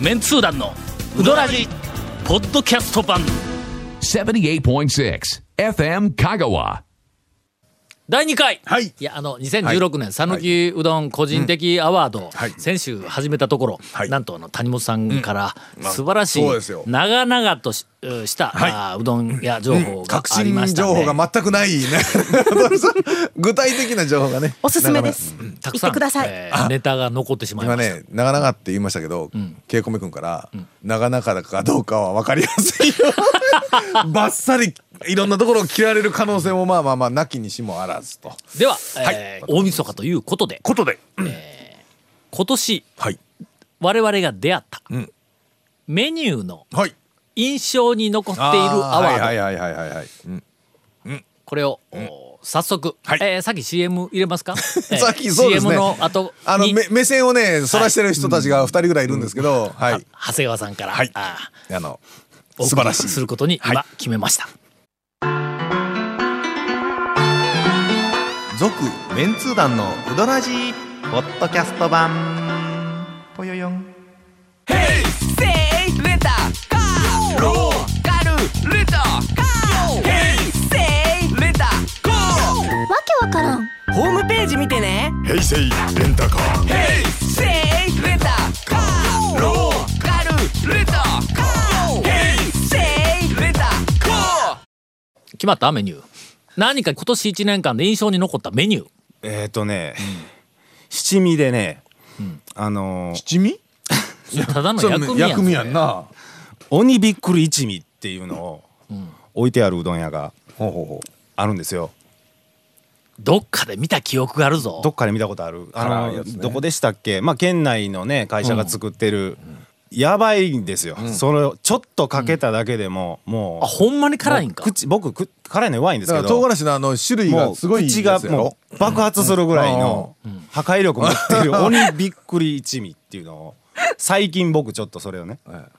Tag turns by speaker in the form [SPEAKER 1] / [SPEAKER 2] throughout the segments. [SPEAKER 1] メンツー団のウドラジポッドキャスト版
[SPEAKER 2] 78.6 FM Kagawa.
[SPEAKER 1] 第2回、
[SPEAKER 3] はい
[SPEAKER 1] やあの2016年讃岐、うどん個人的アワードを
[SPEAKER 3] はい
[SPEAKER 1] 先週始めたところ、
[SPEAKER 3] はい
[SPEAKER 1] なんとあの谷本さんから素晴らしい、
[SPEAKER 3] そうですよ
[SPEAKER 1] 長々としした、
[SPEAKER 3] はい
[SPEAKER 1] あーうどんや情報が
[SPEAKER 3] 確
[SPEAKER 1] ありま
[SPEAKER 3] 信
[SPEAKER 1] したん
[SPEAKER 3] 情
[SPEAKER 1] で
[SPEAKER 3] 報が全くないね具体的な情報がね
[SPEAKER 4] おすすめです。
[SPEAKER 1] たく
[SPEAKER 4] 行っ
[SPEAKER 1] さ
[SPEAKER 4] て
[SPEAKER 1] ん
[SPEAKER 4] ください。
[SPEAKER 1] えーネタが残ってしまい
[SPEAKER 3] 今
[SPEAKER 1] ました、
[SPEAKER 3] ね長々って言いましたけど、ケイコメ君から、長々だかどうかは分かりませんよバッサリいろんなところを切られる可能性もまあまあまあなきにしもあらずと
[SPEAKER 1] では、えー大晦日ということで
[SPEAKER 3] ことで、
[SPEAKER 1] 今年
[SPEAKER 3] はい
[SPEAKER 1] 我々が出会った、
[SPEAKER 3] ん
[SPEAKER 1] メニューの
[SPEAKER 3] はい
[SPEAKER 1] 印象に残っているア
[SPEAKER 3] あー
[SPEAKER 1] ワード、
[SPEAKER 3] はいはいはいはいはい、うん
[SPEAKER 1] これを、お早速、
[SPEAKER 3] はい
[SPEAKER 1] えーさっき CM 入れ ますか、えー
[SPEAKER 3] さっきそうですね
[SPEAKER 1] CM の後に
[SPEAKER 3] あのめ目線をねそらしてる人たちが2人ぐらいいるんですけど、はい、
[SPEAKER 1] 長谷川さんから、
[SPEAKER 3] はい
[SPEAKER 1] あー
[SPEAKER 3] あの
[SPEAKER 1] お
[SPEAKER 3] 素
[SPEAKER 1] 送
[SPEAKER 3] 晴
[SPEAKER 1] り
[SPEAKER 3] らし
[SPEAKER 1] す
[SPEAKER 3] い
[SPEAKER 1] ることに
[SPEAKER 3] は
[SPEAKER 1] 今
[SPEAKER 3] い
[SPEAKER 1] 決めました、
[SPEAKER 5] 続メンツー団のウドラジーポッドキャスト版ぽよよん
[SPEAKER 6] ホームページ見てね平成レンタカー平成レンタカーローカルレンタカー平成レンタカー
[SPEAKER 1] 決まったメニュー何か今年1年間で印象に残ったメニュー
[SPEAKER 7] えっ、ー、とね、七味でね、あのー
[SPEAKER 3] 七味
[SPEAKER 1] それただの
[SPEAKER 3] そう
[SPEAKER 1] 薬味やん
[SPEAKER 3] 薬味やんな
[SPEAKER 7] 鬼びっくり一味っていうのを置いてあるうどん屋が
[SPEAKER 3] ほうほうほう
[SPEAKER 7] あるんですよ。
[SPEAKER 1] どっかで見た記憶があるぞ
[SPEAKER 7] どっかで見たことある。あ
[SPEAKER 3] 辛
[SPEAKER 7] の
[SPEAKER 3] いやつね
[SPEAKER 7] どこでしたっけ？まあ県内のね会社が作ってる、やばいんですよ。それをちょっとかけただけでも、もう
[SPEAKER 1] あほんまに辛いんか
[SPEAKER 7] 口僕く辛いの弱いんです
[SPEAKER 3] だ
[SPEAKER 7] け
[SPEAKER 3] か
[SPEAKER 7] ど。
[SPEAKER 3] ら唐辛子のあの種類
[SPEAKER 7] も
[SPEAKER 3] が
[SPEAKER 7] う
[SPEAKER 3] すごい
[SPEAKER 7] 口
[SPEAKER 3] や
[SPEAKER 7] が
[SPEAKER 3] つやろ
[SPEAKER 7] もう爆発するぐらいの破壊力持って る鬼びっくり一味っていうのを最近僕ちょっとそれをね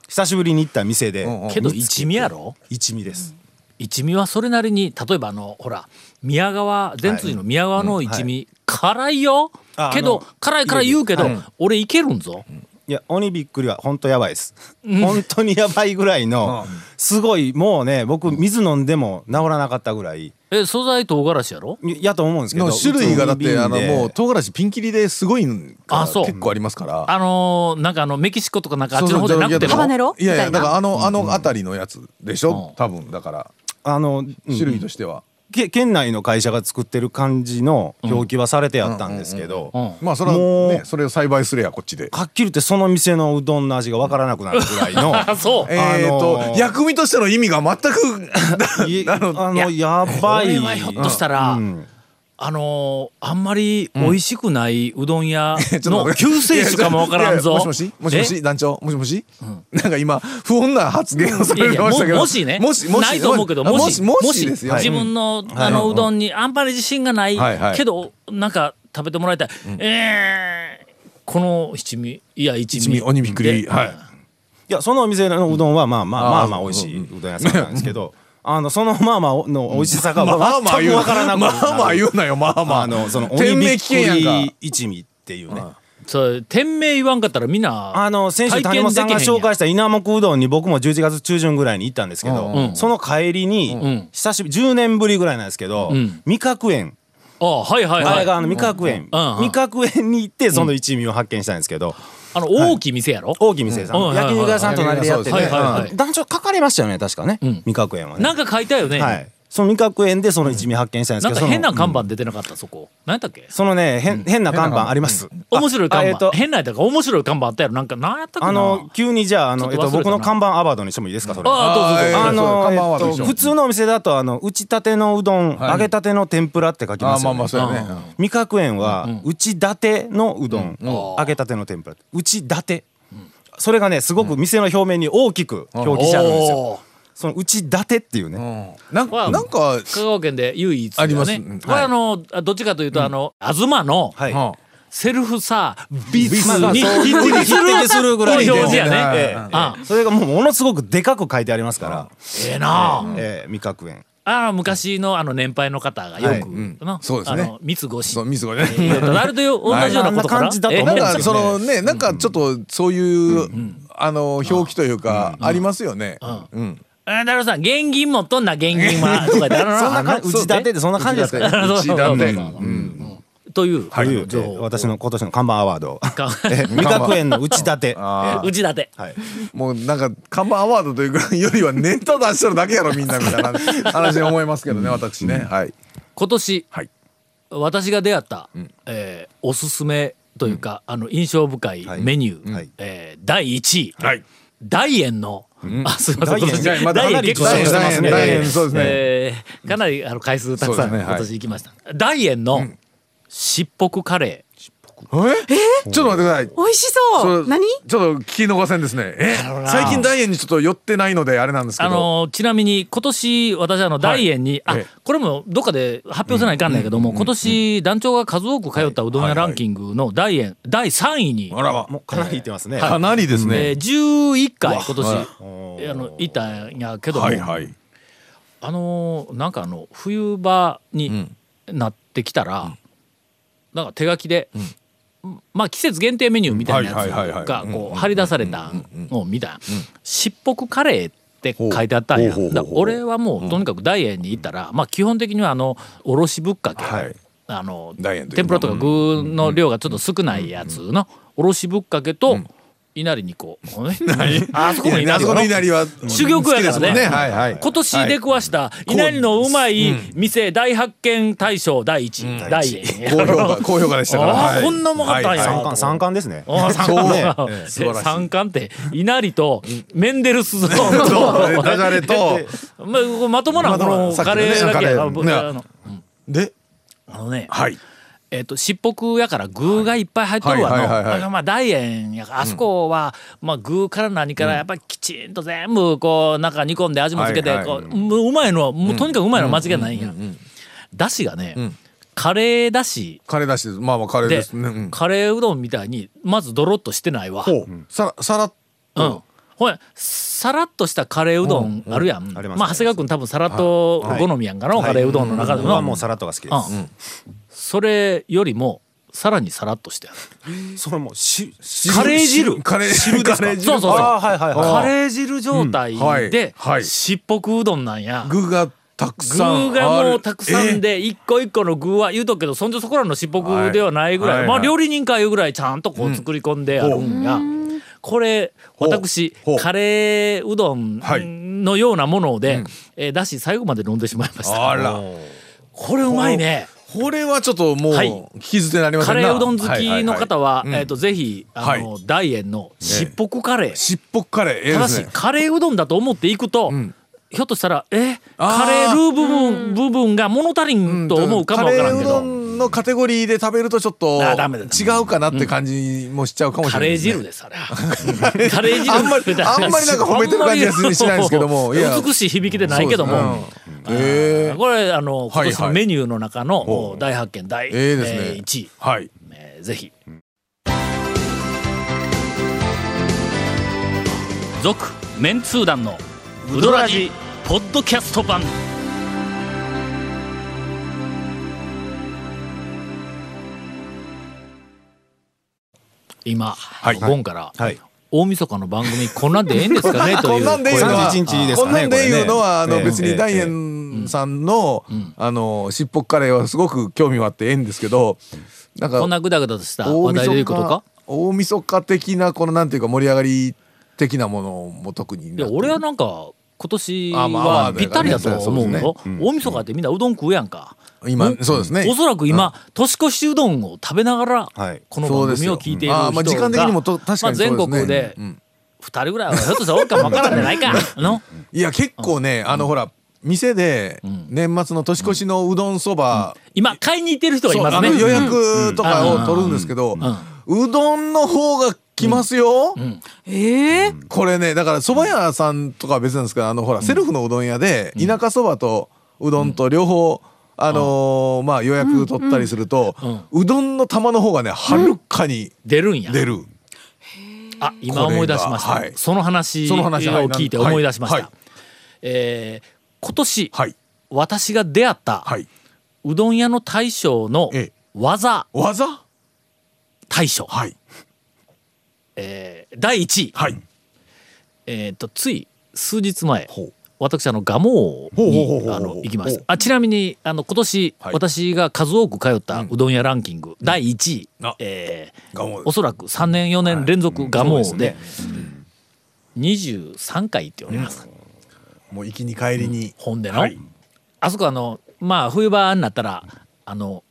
[SPEAKER 7] 久しぶりに行った店で
[SPEAKER 3] んうん
[SPEAKER 1] けど一味やろ
[SPEAKER 7] 一味です
[SPEAKER 1] 一味はそれなりに例えばあのほら宮川善通寺の宮川の一味、辛いよ
[SPEAKER 7] あ
[SPEAKER 1] け
[SPEAKER 7] あ
[SPEAKER 1] ど
[SPEAKER 7] の
[SPEAKER 1] 辛いから言うけど、俺いけるんぞ、
[SPEAKER 7] いや鬼びっくりは本当やばいです本当にやばいぐらいのすごいもうね僕水飲んでも治らなかったぐらい
[SPEAKER 1] え素材唐辛子やろ
[SPEAKER 7] やと思うんですけど
[SPEAKER 3] の種類がだってあのもう
[SPEAKER 7] と
[SPEAKER 3] 唐辛子ピンキリですごいのが
[SPEAKER 1] あそう
[SPEAKER 3] 結構ありますから
[SPEAKER 1] あのーなんかあのメキシコとかなんかあっちの方じゃ
[SPEAKER 3] そうそう
[SPEAKER 1] なくて
[SPEAKER 3] じゃあ
[SPEAKER 4] ハバネロ
[SPEAKER 3] いやいや
[SPEAKER 4] みた
[SPEAKER 3] だ
[SPEAKER 4] いな
[SPEAKER 3] からあのあの辺りのやつでし
[SPEAKER 1] う
[SPEAKER 3] ょ
[SPEAKER 1] ん
[SPEAKER 3] 多分だから
[SPEAKER 7] あのうん
[SPEAKER 3] 種類としては
[SPEAKER 7] け県内の会社が作ってる感じの表記はされてあったんですけど
[SPEAKER 1] うん
[SPEAKER 3] まあそれ
[SPEAKER 7] も
[SPEAKER 3] は
[SPEAKER 7] う
[SPEAKER 3] ねそれを栽培すれやこっちで
[SPEAKER 7] はっきり言ってその店のうどんの味がわからなくなるぐらいの
[SPEAKER 1] あそう
[SPEAKER 3] え
[SPEAKER 7] あ
[SPEAKER 3] ー
[SPEAKER 7] の
[SPEAKER 3] と薬味としての意味が全く
[SPEAKER 7] いあのやば
[SPEAKER 1] こ
[SPEAKER 7] い
[SPEAKER 1] れはひょっとしたら、あのーあんまり美味しくないうどん屋
[SPEAKER 3] ちょっと待
[SPEAKER 1] の
[SPEAKER 3] って
[SPEAKER 1] 救世主かもわからんぞ
[SPEAKER 3] いやいやもしもしもしもし団長もしもしなんか今不穏な発言をさ
[SPEAKER 1] いや
[SPEAKER 3] れ
[SPEAKER 1] い
[SPEAKER 3] て
[SPEAKER 1] や
[SPEAKER 3] ま
[SPEAKER 1] も
[SPEAKER 3] したけど
[SPEAKER 1] もしね
[SPEAKER 3] も しもし
[SPEAKER 1] ないと思うけど
[SPEAKER 3] あ
[SPEAKER 1] もし
[SPEAKER 3] もしもしですよ
[SPEAKER 1] 自分の,、あのうどんにあんまり自信がない、
[SPEAKER 3] はいはい
[SPEAKER 1] けどなんか食べてもらいたい、えーこの七味いや一味
[SPEAKER 3] 一味鬼びっくり
[SPEAKER 1] で
[SPEAKER 3] はい
[SPEAKER 7] いやそのお店のうどんはまあまあ
[SPEAKER 3] あー
[SPEAKER 7] まあまあ美味しいうどん屋さんなんですけどあのそのまあまあの美味しさが
[SPEAKER 3] まあまあ
[SPEAKER 7] 全
[SPEAKER 3] 言
[SPEAKER 7] く
[SPEAKER 3] う
[SPEAKER 7] わからなく
[SPEAKER 3] ま
[SPEAKER 7] なる
[SPEAKER 3] あまあ言うなよまあまあ
[SPEAKER 7] あのその鬼
[SPEAKER 3] 天
[SPEAKER 7] び
[SPEAKER 3] 命
[SPEAKER 7] っ
[SPEAKER 3] 危
[SPEAKER 7] く
[SPEAKER 3] 険やん
[SPEAKER 7] り
[SPEAKER 3] か
[SPEAKER 7] 一味っていうね
[SPEAKER 1] そう店名言わんかったらみんな
[SPEAKER 7] あの先週
[SPEAKER 1] 体
[SPEAKER 7] 谷
[SPEAKER 1] 験
[SPEAKER 7] 本
[SPEAKER 1] で
[SPEAKER 7] さん
[SPEAKER 1] きへ
[SPEAKER 7] が
[SPEAKER 1] んやん
[SPEAKER 7] 紹介した稲目うどんに僕も11月中旬ぐらいに行ったんですけど、その帰りに、
[SPEAKER 1] ん
[SPEAKER 7] 久しぶり10年ぶりぐらいなんですけど、
[SPEAKER 1] ん
[SPEAKER 7] 味覚園
[SPEAKER 1] あはいはい
[SPEAKER 7] あ
[SPEAKER 1] は
[SPEAKER 7] れ
[SPEAKER 1] い
[SPEAKER 7] があ
[SPEAKER 1] あ
[SPEAKER 7] の味覚園、
[SPEAKER 1] うんうん
[SPEAKER 7] 味覚園に行ってその一味を発見したんですけど、
[SPEAKER 1] の大きい店やろ、
[SPEAKER 7] 大木店さん、
[SPEAKER 1] うん
[SPEAKER 7] 焼肉屋さん隣でやってて、
[SPEAKER 3] はい
[SPEAKER 1] はいはいはい
[SPEAKER 7] うん団長書かれましたよね確かね、
[SPEAKER 1] ん
[SPEAKER 7] 味覚園はね
[SPEAKER 1] なんか書いたよね、
[SPEAKER 7] はい、その味覚園でその一味発見したんです
[SPEAKER 1] なん
[SPEAKER 7] けど
[SPEAKER 1] か変な
[SPEAKER 7] その
[SPEAKER 1] 看板出てなかった、そこ何やったっけ
[SPEAKER 7] そのね変変な看板あります、あ
[SPEAKER 1] 面白い看
[SPEAKER 7] あ
[SPEAKER 1] 板、
[SPEAKER 7] えっと
[SPEAKER 1] 変なやったか面白い看板あったやろなんか何やったっけな
[SPEAKER 7] あの急にじゃああの、え
[SPEAKER 1] ち
[SPEAKER 7] っ
[SPEAKER 1] ょっと忘れ
[SPEAKER 7] と、
[SPEAKER 1] たな
[SPEAKER 7] 僕の看板アワードにしてもいいですかそれ
[SPEAKER 1] あどうぞどうぞ
[SPEAKER 3] えー
[SPEAKER 7] あの
[SPEAKER 3] そう
[SPEAKER 7] え
[SPEAKER 3] 看板は
[SPEAKER 7] っ
[SPEAKER 3] どうでしょ
[SPEAKER 7] と
[SPEAKER 3] う
[SPEAKER 7] 普通のお店だとあの打ちたてのうどん、揚げたての天ぷらって書き
[SPEAKER 3] あ
[SPEAKER 7] ま
[SPEAKER 3] ー
[SPEAKER 7] す
[SPEAKER 3] まあ
[SPEAKER 7] よ
[SPEAKER 3] まあ。
[SPEAKER 7] ね
[SPEAKER 3] そうやね
[SPEAKER 7] 味覚園は打ち立てのうどん、揚げたての天ぷら打ち立て、それがねすごく店の表面に大きく表記してあるんですよ。
[SPEAKER 1] おー
[SPEAKER 7] その打ち立てっていうね、
[SPEAKER 3] なん
[SPEAKER 1] まあ
[SPEAKER 3] かなんか
[SPEAKER 1] 香川県で唯一だよ
[SPEAKER 3] ありますう
[SPEAKER 1] ね
[SPEAKER 3] ん。
[SPEAKER 1] これあのどっちかというとあの東の
[SPEAKER 7] はい、
[SPEAKER 3] は
[SPEAKER 1] セルフさビス
[SPEAKER 7] まあ
[SPEAKER 1] に
[SPEAKER 7] そう
[SPEAKER 1] 匹敵する
[SPEAKER 7] 匹敵するぐらい
[SPEAKER 1] こ
[SPEAKER 7] の
[SPEAKER 1] の表示やね。
[SPEAKER 3] はい
[SPEAKER 1] ええ
[SPEAKER 7] ええ
[SPEAKER 1] あ
[SPEAKER 7] それがもうものすごくでかく書いてありますから、
[SPEAKER 1] ええなあ。
[SPEAKER 7] ええ味覚園
[SPEAKER 1] ああ昔のあの年配の方がよく
[SPEAKER 3] ん
[SPEAKER 1] な
[SPEAKER 3] そうですね
[SPEAKER 1] あの三越
[SPEAKER 3] そう
[SPEAKER 1] っ
[SPEAKER 3] ミスがね
[SPEAKER 1] ていうと誰と同じようなことか
[SPEAKER 7] あんな感じだと思う
[SPEAKER 3] なん
[SPEAKER 7] ですよ
[SPEAKER 3] かそのねなんかちょっとそういうあの表記というかありますよね。うん。
[SPEAKER 1] あだるさん現金持っとんな現金はとか言って
[SPEAKER 7] そんな感
[SPEAKER 3] あ
[SPEAKER 7] じ
[SPEAKER 3] のそう
[SPEAKER 7] 内立てってそんな感じですか
[SPEAKER 1] そうそう
[SPEAKER 3] 一
[SPEAKER 1] そう
[SPEAKER 3] 段で。う
[SPEAKER 1] そうそうんという
[SPEAKER 7] というえ
[SPEAKER 1] 情
[SPEAKER 7] ー
[SPEAKER 1] 報
[SPEAKER 7] 私の今年の看板アワード
[SPEAKER 1] か
[SPEAKER 7] え 味覚園の内立て
[SPEAKER 3] あ
[SPEAKER 1] うちだて
[SPEAKER 7] はい
[SPEAKER 3] ーもうなんか看板アワードというかよりはネタ出しとるだけやろみんなみたいな話で思いますけどね私ね。はい。
[SPEAKER 1] 今年
[SPEAKER 3] はい。
[SPEAKER 1] 私が出会った、えーおすすめというか、あの印象深い
[SPEAKER 7] はい
[SPEAKER 1] メニュー、
[SPEAKER 7] はい
[SPEAKER 1] えー第1位、
[SPEAKER 3] はい。
[SPEAKER 1] 大円の、あすいません
[SPEAKER 7] 大円
[SPEAKER 1] 今年
[SPEAKER 7] じゃあ
[SPEAKER 3] まだ
[SPEAKER 1] 大円
[SPEAKER 3] かなり
[SPEAKER 1] 結構
[SPEAKER 7] 実践してますね
[SPEAKER 1] 大円
[SPEAKER 7] 大円
[SPEAKER 3] そうですね
[SPEAKER 1] えーかなりあの回数たくさん、
[SPEAKER 3] そうですねはい
[SPEAKER 1] 今年行きました大円の、しっぽくカレー
[SPEAKER 3] え？ちょっと待ってください。
[SPEAKER 4] 美味し
[SPEAKER 3] そ
[SPEAKER 4] そうう何
[SPEAKER 3] ちょっと聞き逃せんですね。え最近大円にちょっと寄ってないのであれなんですけ
[SPEAKER 1] あ
[SPEAKER 3] ど。
[SPEAKER 1] のちなみに今年私あの大円に、
[SPEAKER 3] はい
[SPEAKER 1] あ
[SPEAKER 3] ええ
[SPEAKER 1] これもどっかで発表せないかんないけども、今年団長が数多く通ったうどん屋ランキングの大円第3位に、
[SPEAKER 3] あらま
[SPEAKER 7] もうかなりいってますね、
[SPEAKER 3] かなりです
[SPEAKER 1] えー、
[SPEAKER 3] ね。
[SPEAKER 1] 11回今
[SPEAKER 7] お
[SPEAKER 1] 年
[SPEAKER 7] ー
[SPEAKER 1] あのいたんやけども、
[SPEAKER 3] はいはい。
[SPEAKER 1] あのーなんかあの冬場になってきたら、なんか手書きで、まあ季節限定メニューみたいなや
[SPEAKER 3] はい
[SPEAKER 1] つ
[SPEAKER 3] はいはいはい
[SPEAKER 1] が
[SPEAKER 3] うんうん
[SPEAKER 1] こ
[SPEAKER 3] うん
[SPEAKER 1] う張り出されたのを見たんやしっぽくカレーって書いてあったんや
[SPEAKER 3] ほうほうほう
[SPEAKER 1] だから俺はもうとにかく大円に行ったら、まあ基本的にはあのおろしぶっかけ、
[SPEAKER 3] はい
[SPEAKER 1] あの
[SPEAKER 3] 大円という
[SPEAKER 1] 天ぷらとか具の量がちょっと少ないやつのおろしぶっかけと、いなりにこう、 ね、あそこのいな
[SPEAKER 3] あ
[SPEAKER 1] り
[SPEAKER 3] そ
[SPEAKER 1] よ
[SPEAKER 3] この稲荷は
[SPEAKER 1] 珠玉やからね
[SPEAKER 3] 好きですもんはいはい。
[SPEAKER 1] 今年出くわした稲荷のうまい店大発見大賞第一位大円
[SPEAKER 3] 高評価高評価でしたから。
[SPEAKER 1] あー
[SPEAKER 3] はい
[SPEAKER 1] こんなもんあったんや
[SPEAKER 3] はい
[SPEAKER 7] 三冠三冠ですね
[SPEAKER 1] あ三
[SPEAKER 3] そう
[SPEAKER 1] 冠ね
[SPEAKER 3] ええ素晴らしい
[SPEAKER 1] 三冠って稲荷とメンデルスゾーン
[SPEAKER 3] そう
[SPEAKER 1] と
[SPEAKER 3] ダジャレと
[SPEAKER 1] まあこうまともな
[SPEAKER 3] ま
[SPEAKER 1] こと
[SPEAKER 3] もな
[SPEAKER 1] の
[SPEAKER 3] さっきの
[SPEAKER 1] カ
[SPEAKER 3] ね
[SPEAKER 1] レーだけや
[SPEAKER 3] カレーね
[SPEAKER 1] あの
[SPEAKER 3] で、
[SPEAKER 1] あのね
[SPEAKER 3] はい。
[SPEAKER 1] えっとしっぽくやから具がいっぱい入っとるわ
[SPEAKER 3] はいはいはいはい
[SPEAKER 1] のあまあ大円やからあそこはまあ具から何からやっぱりきちんと全部こうなんか煮込んで味もつけて
[SPEAKER 3] はい
[SPEAKER 1] こ
[SPEAKER 3] はいう
[SPEAKER 1] もううまいのはもうとにかくうまいのは間違いないんやだしがねカレーだし
[SPEAKER 3] カレー出しです。まあまあカレー
[SPEAKER 1] で
[SPEAKER 3] ですね。うん
[SPEAKER 1] カレーうどんみたいにまずドロッとしてないわ
[SPEAKER 3] ほう。さらさらっ
[SPEAKER 1] うんほらさらっとしたカレーうどんあるやん、
[SPEAKER 7] あり
[SPEAKER 1] ま
[SPEAKER 7] ます
[SPEAKER 1] あ長谷川君多分さらっと好みやんかな、カレーうどんの中でも
[SPEAKER 7] 僕
[SPEAKER 1] な
[SPEAKER 7] はもうサラッとが好きです、
[SPEAKER 1] うんそれよりもさらにさらっとしてある
[SPEAKER 7] それもうしし
[SPEAKER 3] 汁
[SPEAKER 1] カレー汁
[SPEAKER 3] カレー汁カレー汁
[SPEAKER 1] そうそうそう
[SPEAKER 7] あーはいはいはい
[SPEAKER 1] カレー汁状態
[SPEAKER 3] うんはい
[SPEAKER 1] で、
[SPEAKER 3] はい
[SPEAKER 1] しっぽくうどんなんや
[SPEAKER 3] 具がたく
[SPEAKER 1] 具
[SPEAKER 3] さんある。
[SPEAKER 1] がもうたくさん
[SPEAKER 3] え
[SPEAKER 1] で一個一個の具は言うとくけどそんじょそこらのしっぽくではないぐらい、
[SPEAKER 3] はいはい
[SPEAKER 1] まあ
[SPEAKER 3] はい
[SPEAKER 1] 料理人かいうぐらいちゃんとこう作り込んであるんや、これ
[SPEAKER 3] う
[SPEAKER 1] 私
[SPEAKER 3] ほう
[SPEAKER 1] カレーうどん
[SPEAKER 3] はい
[SPEAKER 1] のようなもので、えーだし最後まで飲んでしまいまし
[SPEAKER 3] ー
[SPEAKER 1] た
[SPEAKER 3] あら。
[SPEAKER 1] これうまいね
[SPEAKER 3] これはちょっともう
[SPEAKER 1] はい
[SPEAKER 3] 聞き捨てなりませ
[SPEAKER 1] カ
[SPEAKER 3] んな。
[SPEAKER 1] レーうどん好きの方
[SPEAKER 3] は
[SPEAKER 1] は、
[SPEAKER 3] いはいはいうん
[SPEAKER 1] えっ、とぜひあの、
[SPEAKER 3] は
[SPEAKER 1] 大円のしっぽくカレー、
[SPEAKER 3] い。しっぽくカレーえ
[SPEAKER 1] た
[SPEAKER 3] えで
[SPEAKER 1] だ
[SPEAKER 3] す
[SPEAKER 1] し
[SPEAKER 3] ね。
[SPEAKER 1] カレーうどんだと思っていくと、
[SPEAKER 3] ん
[SPEAKER 1] ひょっとしたらえ
[SPEAKER 3] あー
[SPEAKER 1] カレールー部分部分が物足りんと思うかもわからんけど、
[SPEAKER 3] カレーうどんのカテゴリーで食べるとちょっと
[SPEAKER 1] あダメだ
[SPEAKER 3] 違うかなって感じもしちゃうかもし
[SPEAKER 1] カ
[SPEAKER 3] れない
[SPEAKER 1] レー
[SPEAKER 3] ですね。
[SPEAKER 1] 汁ですあれ カレー汁
[SPEAKER 3] あんまりあんまりなんか褒めてる感じがしないです けどもいや
[SPEAKER 1] 美しい響きでないけども、
[SPEAKER 3] そうですねうんええ
[SPEAKER 1] これあの今
[SPEAKER 3] はい
[SPEAKER 1] 年のメニューの中の
[SPEAKER 3] う
[SPEAKER 1] 大発見第、
[SPEAKER 3] ええですね
[SPEAKER 1] 1位、
[SPEAKER 3] はい。
[SPEAKER 1] えーぜひ「続、メンツー団のウドラジポッドキャスト版」今、
[SPEAKER 3] い
[SPEAKER 1] お盆から、
[SPEAKER 7] はい
[SPEAKER 1] 大晦日の番組こんなんでええんですかね と
[SPEAKER 3] こ
[SPEAKER 1] い
[SPEAKER 3] ん
[SPEAKER 1] う
[SPEAKER 3] なんで言うのは、
[SPEAKER 7] 31日です
[SPEAKER 3] こ
[SPEAKER 7] かね
[SPEAKER 3] んなんで言うのは、あ
[SPEAKER 7] これね
[SPEAKER 3] の、別
[SPEAKER 7] え
[SPEAKER 3] に
[SPEAKER 7] え
[SPEAKER 3] 大変さんの、あの、しっぽっカレーはすごく興味はあってええんですけど、なんか、
[SPEAKER 1] こんなグダグダとした
[SPEAKER 3] 大
[SPEAKER 1] 話題
[SPEAKER 3] 晦
[SPEAKER 1] でい
[SPEAKER 3] 日
[SPEAKER 1] うことか
[SPEAKER 3] 大晦日的な、この、なんていうか、盛り上がり的なものも特に
[SPEAKER 1] いや俺はなんか今年
[SPEAKER 3] あまあま
[SPEAKER 1] は
[SPEAKER 3] あ
[SPEAKER 1] ぴったりだと思う
[SPEAKER 3] そうですね
[SPEAKER 1] よ、大晦日ってみんなうどん食うやんか、
[SPEAKER 3] 今、そうですね。
[SPEAKER 1] おそらく今、年越しうどんを食べながら、
[SPEAKER 7] はい
[SPEAKER 1] この番組を聞いている人が、
[SPEAKER 3] そうですようんあーまあ時間的にもと確かに
[SPEAKER 1] まあ全
[SPEAKER 3] そうで
[SPEAKER 1] 国
[SPEAKER 3] すね
[SPEAKER 1] で
[SPEAKER 3] うん
[SPEAKER 1] 2人ぐらいはひょっとしたらおるかもわからんじゃないかの
[SPEAKER 3] いや、結構ね、あの、ほら、店で、年末の年越しのうどんそば、
[SPEAKER 1] 今買いに行ってる人がい
[SPEAKER 3] そう
[SPEAKER 1] ます
[SPEAKER 3] あ
[SPEAKER 1] ね
[SPEAKER 3] の予約とかを取るんですけど、うどんの方が来ますよ。
[SPEAKER 4] ええ
[SPEAKER 3] これねだから蕎麦屋さんとかは別なんですけどあのほら、セルフのうどん屋で田舎そばとうどんと両方、あのーまあ予約取ったりすると、うどんの玉の方がねはるかに
[SPEAKER 1] 出るんや
[SPEAKER 3] 出る、
[SPEAKER 1] あ今思い出しました、
[SPEAKER 3] これがはい
[SPEAKER 1] その話を
[SPEAKER 3] その話はい
[SPEAKER 1] 聞いて思い出しました、
[SPEAKER 3] はいはい
[SPEAKER 1] えー今年、
[SPEAKER 3] はい
[SPEAKER 1] 私が出会った、
[SPEAKER 3] はいう
[SPEAKER 1] どん屋の大将の
[SPEAKER 3] ええ
[SPEAKER 1] 技
[SPEAKER 3] 技
[SPEAKER 1] 大将、
[SPEAKER 3] はい
[SPEAKER 1] えー第1位、
[SPEAKER 3] はい
[SPEAKER 1] えー、とつい数日前私あの蒲生
[SPEAKER 3] ほうほうほう
[SPEAKER 1] に
[SPEAKER 3] ほう
[SPEAKER 1] あの行きまし
[SPEAKER 3] ほ
[SPEAKER 1] たあちなみにあの今年、
[SPEAKER 3] はい
[SPEAKER 1] 私が数多く通ったうどん屋ランキング、第1位、
[SPEAKER 3] あ
[SPEAKER 1] えー
[SPEAKER 3] 蒲生
[SPEAKER 1] おそらく3年4年連続蒲生
[SPEAKER 3] そう
[SPEAKER 1] で,、
[SPEAKER 3] で
[SPEAKER 1] 23回行っております、
[SPEAKER 3] もう行きに帰りに、
[SPEAKER 1] ほんでの、あそこあのまあ冬場になったらあの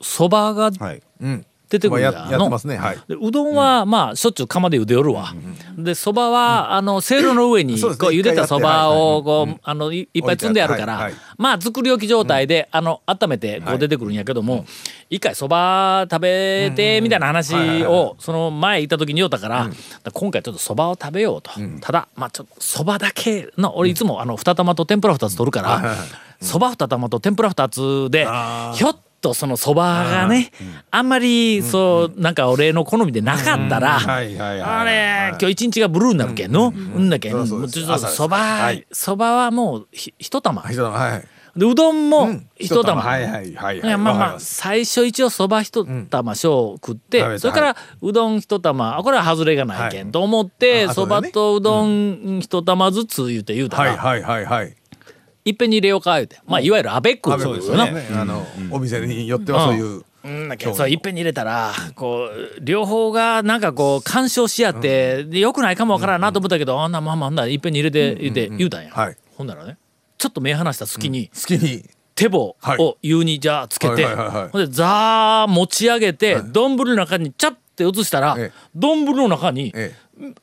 [SPEAKER 1] そばが
[SPEAKER 7] はい
[SPEAKER 3] うん、
[SPEAKER 1] 出てくる
[SPEAKER 3] ま
[SPEAKER 1] や
[SPEAKER 3] あ
[SPEAKER 1] ん
[SPEAKER 3] ややってますねはい
[SPEAKER 1] でうどんはまあしょっちゅう釜で茹でよるわ、でそばはあのせいろの上に
[SPEAKER 3] そうですね
[SPEAKER 1] こう茹でたそばをこうあのいいっぱい積んであるか
[SPEAKER 3] 置いてあ
[SPEAKER 1] ら
[SPEAKER 3] っては
[SPEAKER 1] まあ作り置き状態であの温めてこう出てくるんやけども一回そば食べてみたいな話をその前行った時に言おうたからだ今回ちょっとそばを食べようとただまあちょっとそばだけの俺いつもあの二玉と天ぷら二つ取るからそば二玉と天ぷら二つでひょっとそのそばがねあんまりそうなんか俺の好みでなかったら
[SPEAKER 7] はいはいはい
[SPEAKER 1] あれ今日一日がブルーになるけんのうんだけん
[SPEAKER 3] そう
[SPEAKER 1] もう
[SPEAKER 3] です
[SPEAKER 1] ちょっ
[SPEAKER 3] 朝
[SPEAKER 1] と
[SPEAKER 3] です
[SPEAKER 1] そばそばはもうひ一玉
[SPEAKER 3] はいそうだはい
[SPEAKER 1] でうどんも一玉
[SPEAKER 7] はいはいはい
[SPEAKER 1] いやまあま
[SPEAKER 3] わかり
[SPEAKER 1] あ
[SPEAKER 3] ます
[SPEAKER 1] 最初一応そば一玉小食って、
[SPEAKER 7] 食べて
[SPEAKER 1] それからうどん一玉あこれは外れがないけんと思っ
[SPEAKER 3] あ
[SPEAKER 1] て
[SPEAKER 3] 後
[SPEAKER 1] そ
[SPEAKER 3] でね
[SPEAKER 1] ば、とうどん一玉ずつ言うて言うたら、
[SPEAKER 3] はいはいはいはい
[SPEAKER 1] いっぺんに入れようか言うてまあいわゆるアベック
[SPEAKER 3] あそうですよ
[SPEAKER 1] な
[SPEAKER 3] ね、あの、お店によってはそういう、
[SPEAKER 1] うんだけどそういっぺんに入れたらこう両方がなんかこう干渉し合って、でよくないかもわからんなと思ったけど、あんなまあまああんないっぺんに入れて言うて言うたんや、
[SPEAKER 3] はい
[SPEAKER 1] ほんならねちょっと目離した隙に、
[SPEAKER 3] 好きに
[SPEAKER 1] 手棒
[SPEAKER 3] はい
[SPEAKER 1] を湯にじゃあつけて
[SPEAKER 3] はいはいはいはい
[SPEAKER 1] ほんでザー持ち上げて丼の中にチャッて移したら
[SPEAKER 3] ええ
[SPEAKER 1] 丼の中に
[SPEAKER 3] え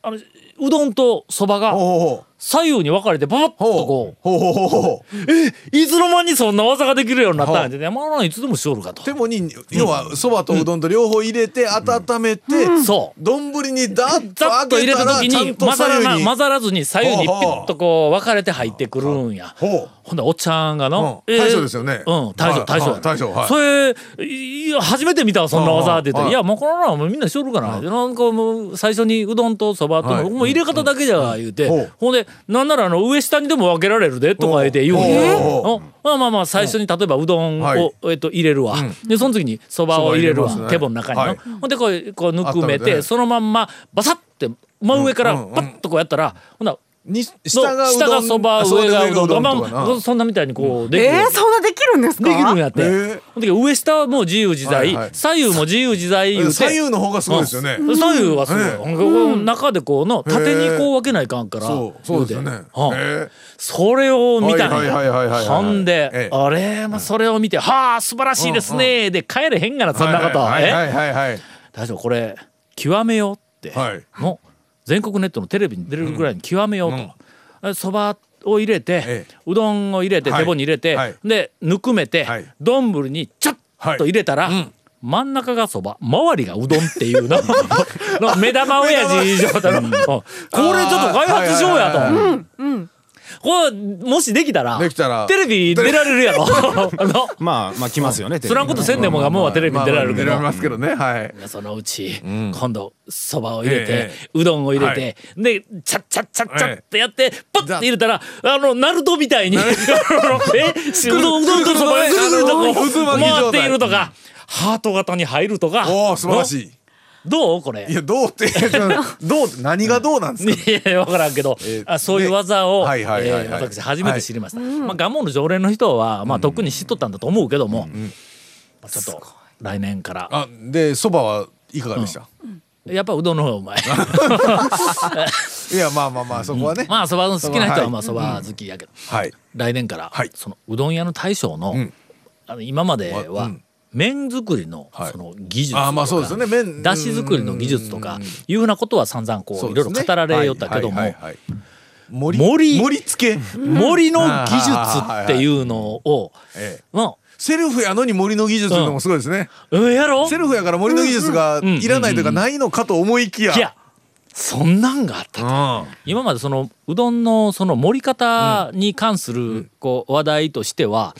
[SPEAKER 1] あのうどんとそばが
[SPEAKER 3] ほ
[SPEAKER 1] 左右に分かれてバッと
[SPEAKER 3] うほ
[SPEAKER 1] こ
[SPEAKER 3] うほうほうほうほう
[SPEAKER 1] ういつの間にそんな技ができるようになったんやでまあいつでもしおるかと
[SPEAKER 3] 手もに要はそばとうどんと両方入れて温めて
[SPEAKER 1] そう
[SPEAKER 3] 丼にダッと
[SPEAKER 1] ざっと
[SPEAKER 3] 上
[SPEAKER 1] 入
[SPEAKER 3] げ
[SPEAKER 1] れた
[SPEAKER 3] たら
[SPEAKER 1] 時
[SPEAKER 3] ちゃん
[SPEAKER 1] に
[SPEAKER 3] と
[SPEAKER 1] 混ざ
[SPEAKER 3] 左
[SPEAKER 1] ら
[SPEAKER 3] 右
[SPEAKER 1] な
[SPEAKER 3] に
[SPEAKER 1] 混ざらずに左右にピッとこう分かれて入ってくるんや
[SPEAKER 3] ほう
[SPEAKER 1] ほんでおっちゃんがの、
[SPEAKER 3] うん大将ですよね
[SPEAKER 1] うん大
[SPEAKER 3] は
[SPEAKER 1] 将
[SPEAKER 3] い
[SPEAKER 1] 大将、
[SPEAKER 3] はい大将はい
[SPEAKER 1] それいや初めて見たわそんな技って言って、
[SPEAKER 3] はいい
[SPEAKER 1] やもうこののはもうみんなしょるかな、なんかもう最初にうどんとそばと、
[SPEAKER 3] はい
[SPEAKER 1] もう入れ方だけじゃ言うて、
[SPEAKER 3] ほう
[SPEAKER 1] ほんでなんならあの上下にでも分けられるでとか言うて言うんや
[SPEAKER 3] ほ
[SPEAKER 1] う
[SPEAKER 3] う
[SPEAKER 1] んまあまあまあ最初に例えばうどんを、
[SPEAKER 3] はい
[SPEAKER 1] えっと、入れるわ、でその時にそばを入れるわ
[SPEAKER 3] そば入れます
[SPEAKER 1] 手棒の中
[SPEAKER 3] ね
[SPEAKER 1] にの、
[SPEAKER 3] はい
[SPEAKER 1] ほんでこうこうぬくめ
[SPEAKER 3] 温めて
[SPEAKER 1] て
[SPEAKER 3] ね
[SPEAKER 1] そのまんまバサッて真上からパッとこうやったら、ほんなら
[SPEAKER 3] に下がうどん
[SPEAKER 1] 下がそば上がうどんとかま
[SPEAKER 3] とかな
[SPEAKER 1] あそんなみたいにこうできる、
[SPEAKER 4] えー、そんなできるんですか
[SPEAKER 1] できるんやって、
[SPEAKER 3] えー
[SPEAKER 1] ほんで上下はもう自由自在、
[SPEAKER 3] はいはい
[SPEAKER 1] 左右も自由自在言うて
[SPEAKER 3] 左右の方がすごいですよね
[SPEAKER 1] うん左右はすごい、
[SPEAKER 3] ええ
[SPEAKER 1] ほんでこう中でこうの縦にこう分けないかんから、
[SPEAKER 3] そうそうですよね
[SPEAKER 1] 言
[SPEAKER 3] へ
[SPEAKER 1] うてうん
[SPEAKER 3] え
[SPEAKER 1] それを見たん
[SPEAKER 3] はいはいはいはいはいは
[SPEAKER 1] や
[SPEAKER 3] い
[SPEAKER 1] ほんで、
[SPEAKER 3] ええ
[SPEAKER 1] あれまあそれを見て「はあ素晴らしいですね」で帰れへんがなそんなこと、
[SPEAKER 3] はい
[SPEAKER 1] え
[SPEAKER 3] はいはいはい
[SPEAKER 1] 大将これ極めようって、
[SPEAKER 3] はい
[SPEAKER 1] の全国ネットのテレビに出るぐらいに極めようとそば、蕎麦を入れて、
[SPEAKER 3] ええ
[SPEAKER 1] うどんを入れて
[SPEAKER 3] はい
[SPEAKER 1] 手棒に入れて、
[SPEAKER 3] はい
[SPEAKER 1] でぬくめて
[SPEAKER 3] はい
[SPEAKER 1] 丼、にちょっと入れたら、真ん中がそば周りがうどんっていうの の目玉親父状態の、うんこれちょっと開発しようやと。
[SPEAKER 3] はいはいはいはい
[SPEAKER 1] これもしできたら
[SPEAKER 3] できたら
[SPEAKER 1] テレビ出られるや ろあの
[SPEAKER 7] まあまあ来ますよね
[SPEAKER 1] そらんことせんでもがもうはテレビに出られるけど
[SPEAKER 3] まあまあ出られますけどねはい
[SPEAKER 1] そのうち、今度そばを入れて、
[SPEAKER 3] え
[SPEAKER 1] うどんを入れて、でチャッチャッチャッチャッってやって、パッて入れたらあのナルトみ たいにあの えしうどんうどんとそばがぐるぐるとこう
[SPEAKER 3] あの渦巻き状態
[SPEAKER 1] 回っているとか、ハート型に入るとか
[SPEAKER 3] おお素晴らしい
[SPEAKER 1] どうこれ
[SPEAKER 3] いやどうってどうって何がどうなんですか
[SPEAKER 1] いや分からんけど、
[SPEAKER 3] えー
[SPEAKER 1] あそういう技を、
[SPEAKER 3] ねはいはいはいはい
[SPEAKER 1] えー私初めて知りました、まあ蒲生の常連の人は、まあ、とっくに知っとったんだと思うけども、まあちょっと来年から
[SPEAKER 3] あでそばはいかがでした
[SPEAKER 1] やっぱうどんの方がう まい
[SPEAKER 3] いやまあまあまあそこはね
[SPEAKER 1] まあそばの好きな人
[SPEAKER 3] は
[SPEAKER 1] はいまあそば好きやけど、
[SPEAKER 3] はい
[SPEAKER 1] 来年から、
[SPEAKER 3] はい
[SPEAKER 1] そのうどん屋の大将の,、
[SPEAKER 3] ん
[SPEAKER 1] あの今まで
[SPEAKER 3] わう
[SPEAKER 1] は
[SPEAKER 3] ん
[SPEAKER 1] 麺作りの
[SPEAKER 3] はい
[SPEAKER 1] その技術と
[SPEAKER 3] あ
[SPEAKER 1] か、
[SPEAKER 3] ーまあそうですよね麺
[SPEAKER 1] だし作りの技術とかいうふうなことは散々こういろいろ語られよったけども、
[SPEAKER 3] はいはいはい盛り
[SPEAKER 1] 盛り
[SPEAKER 3] 盛り付け、
[SPEAKER 1] 森の技術っていうのを、
[SPEAKER 3] ええ
[SPEAKER 1] ま
[SPEAKER 3] セルフやのに森の技術のもすごいですね、
[SPEAKER 1] あうんやろ
[SPEAKER 3] セルフやから森の技術がいらないというかないのかと思いきや、
[SPEAKER 1] いやそんなんがあったと今までそのうどんのその盛り方に関するこう話題としては、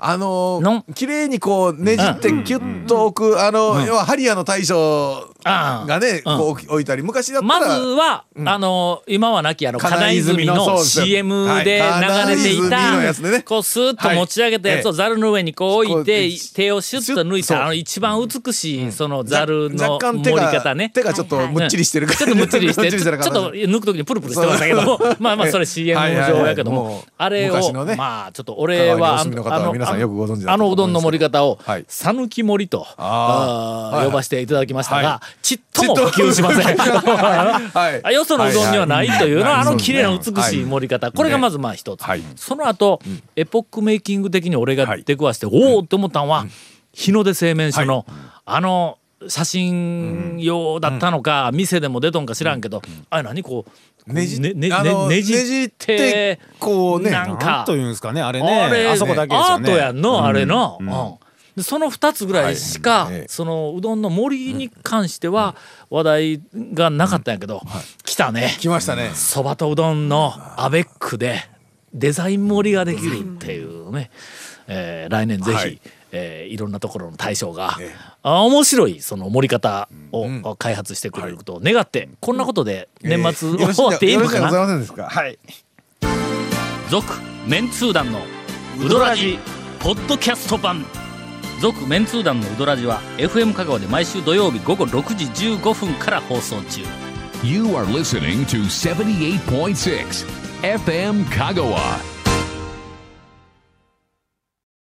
[SPEAKER 3] あの
[SPEAKER 1] の
[SPEAKER 3] ー、綺麗にこうねじってキュッと置く、あの、要はハリアの大将
[SPEAKER 1] ああ
[SPEAKER 3] がね、こう置き置いたり昔だった
[SPEAKER 1] まず
[SPEAKER 3] ら、
[SPEAKER 1] は、あの今はなきあの
[SPEAKER 3] 金
[SPEAKER 1] 金
[SPEAKER 3] 井泉
[SPEAKER 1] 泉
[SPEAKER 3] の
[SPEAKER 1] の
[SPEAKER 3] そうです
[SPEAKER 1] CM
[SPEAKER 3] はい
[SPEAKER 1] で流れてい
[SPEAKER 3] 金井泉のやつ
[SPEAKER 1] た、
[SPEAKER 3] でね
[SPEAKER 1] こうスーッと持ち上げたやつを
[SPEAKER 3] はい
[SPEAKER 1] ざるの上にこう置いて、
[SPEAKER 3] こう
[SPEAKER 1] 手をシュッと抜い
[SPEAKER 3] そう
[SPEAKER 1] たあの一番美しいそのざるの
[SPEAKER 3] 若
[SPEAKER 1] 盛
[SPEAKER 3] 干
[SPEAKER 1] り
[SPEAKER 3] 手が
[SPEAKER 1] 方ね。
[SPEAKER 3] 手がちょっとむっちりしてる
[SPEAKER 1] ちょっとむっち りして、ちょちょっ
[SPEAKER 3] 形
[SPEAKER 1] と抜くときにプルプルしてましたけども、 まあまあそれ CM 上やけど
[SPEAKER 3] はいはいはいも
[SPEAKER 1] も
[SPEAKER 3] う、
[SPEAKER 1] あれ
[SPEAKER 3] 昔
[SPEAKER 1] を
[SPEAKER 3] のね、
[SPEAKER 1] まあちょっと俺は、あ
[SPEAKER 3] 香川にお住みの方は皆さんよくご存知だと思いますけど
[SPEAKER 1] あのうどんの盛り方を
[SPEAKER 3] はい、
[SPEAKER 1] さぬき盛りとあー呼ばせていただきましたが
[SPEAKER 3] は、
[SPEAKER 1] ちっとも普及しません。
[SPEAKER 3] はい
[SPEAKER 1] あよそのうどんにはないというのは、
[SPEAKER 3] はいはい
[SPEAKER 1] あの綺麗な美しい盛り方、これがまずまあ一つ、
[SPEAKER 3] はい
[SPEAKER 1] その後、エポックメイキング的に俺が出くわして、おおって思ったのは、日の出製麺所の、あの写真用だったのか、店でも出とんか知らんけど、あれ何こう
[SPEAKER 3] ねじ
[SPEAKER 1] ねね
[SPEAKER 3] あの
[SPEAKER 1] ねねじって
[SPEAKER 3] ねじってこうね
[SPEAKER 1] なん
[SPEAKER 7] なん
[SPEAKER 1] か
[SPEAKER 7] というんですかねあれね
[SPEAKER 1] あれ
[SPEAKER 7] あそこだけですよ
[SPEAKER 1] ア
[SPEAKER 7] ね
[SPEAKER 1] ートやんの、あれの、うんでその2つぐらいしか、
[SPEAKER 3] はい
[SPEAKER 1] そのうどんの森に関しては話題がなかったんやけど、来たね
[SPEAKER 3] 来ましたね、
[SPEAKER 1] そばとうどんのアベックでデザイン盛りができるっていうね、えー来年ぜひ、
[SPEAKER 3] はいい
[SPEAKER 1] えーいろんなところの大将が、
[SPEAKER 3] ええ
[SPEAKER 1] あ面白いその盛り方を開発してくれることを願って、こんなことで年末
[SPEAKER 3] えーよろし
[SPEAKER 1] 終わっていいのか
[SPEAKER 3] よろしござ
[SPEAKER 1] な
[SPEAKER 3] いませんですか
[SPEAKER 7] はい
[SPEAKER 1] 続、メンツー団のウドラジポッドキャスト版続メンツー団のウドラジは FM 香川で毎週土曜日午後6時15分から放送中
[SPEAKER 2] You are listening to 78.6 FM Kagawa.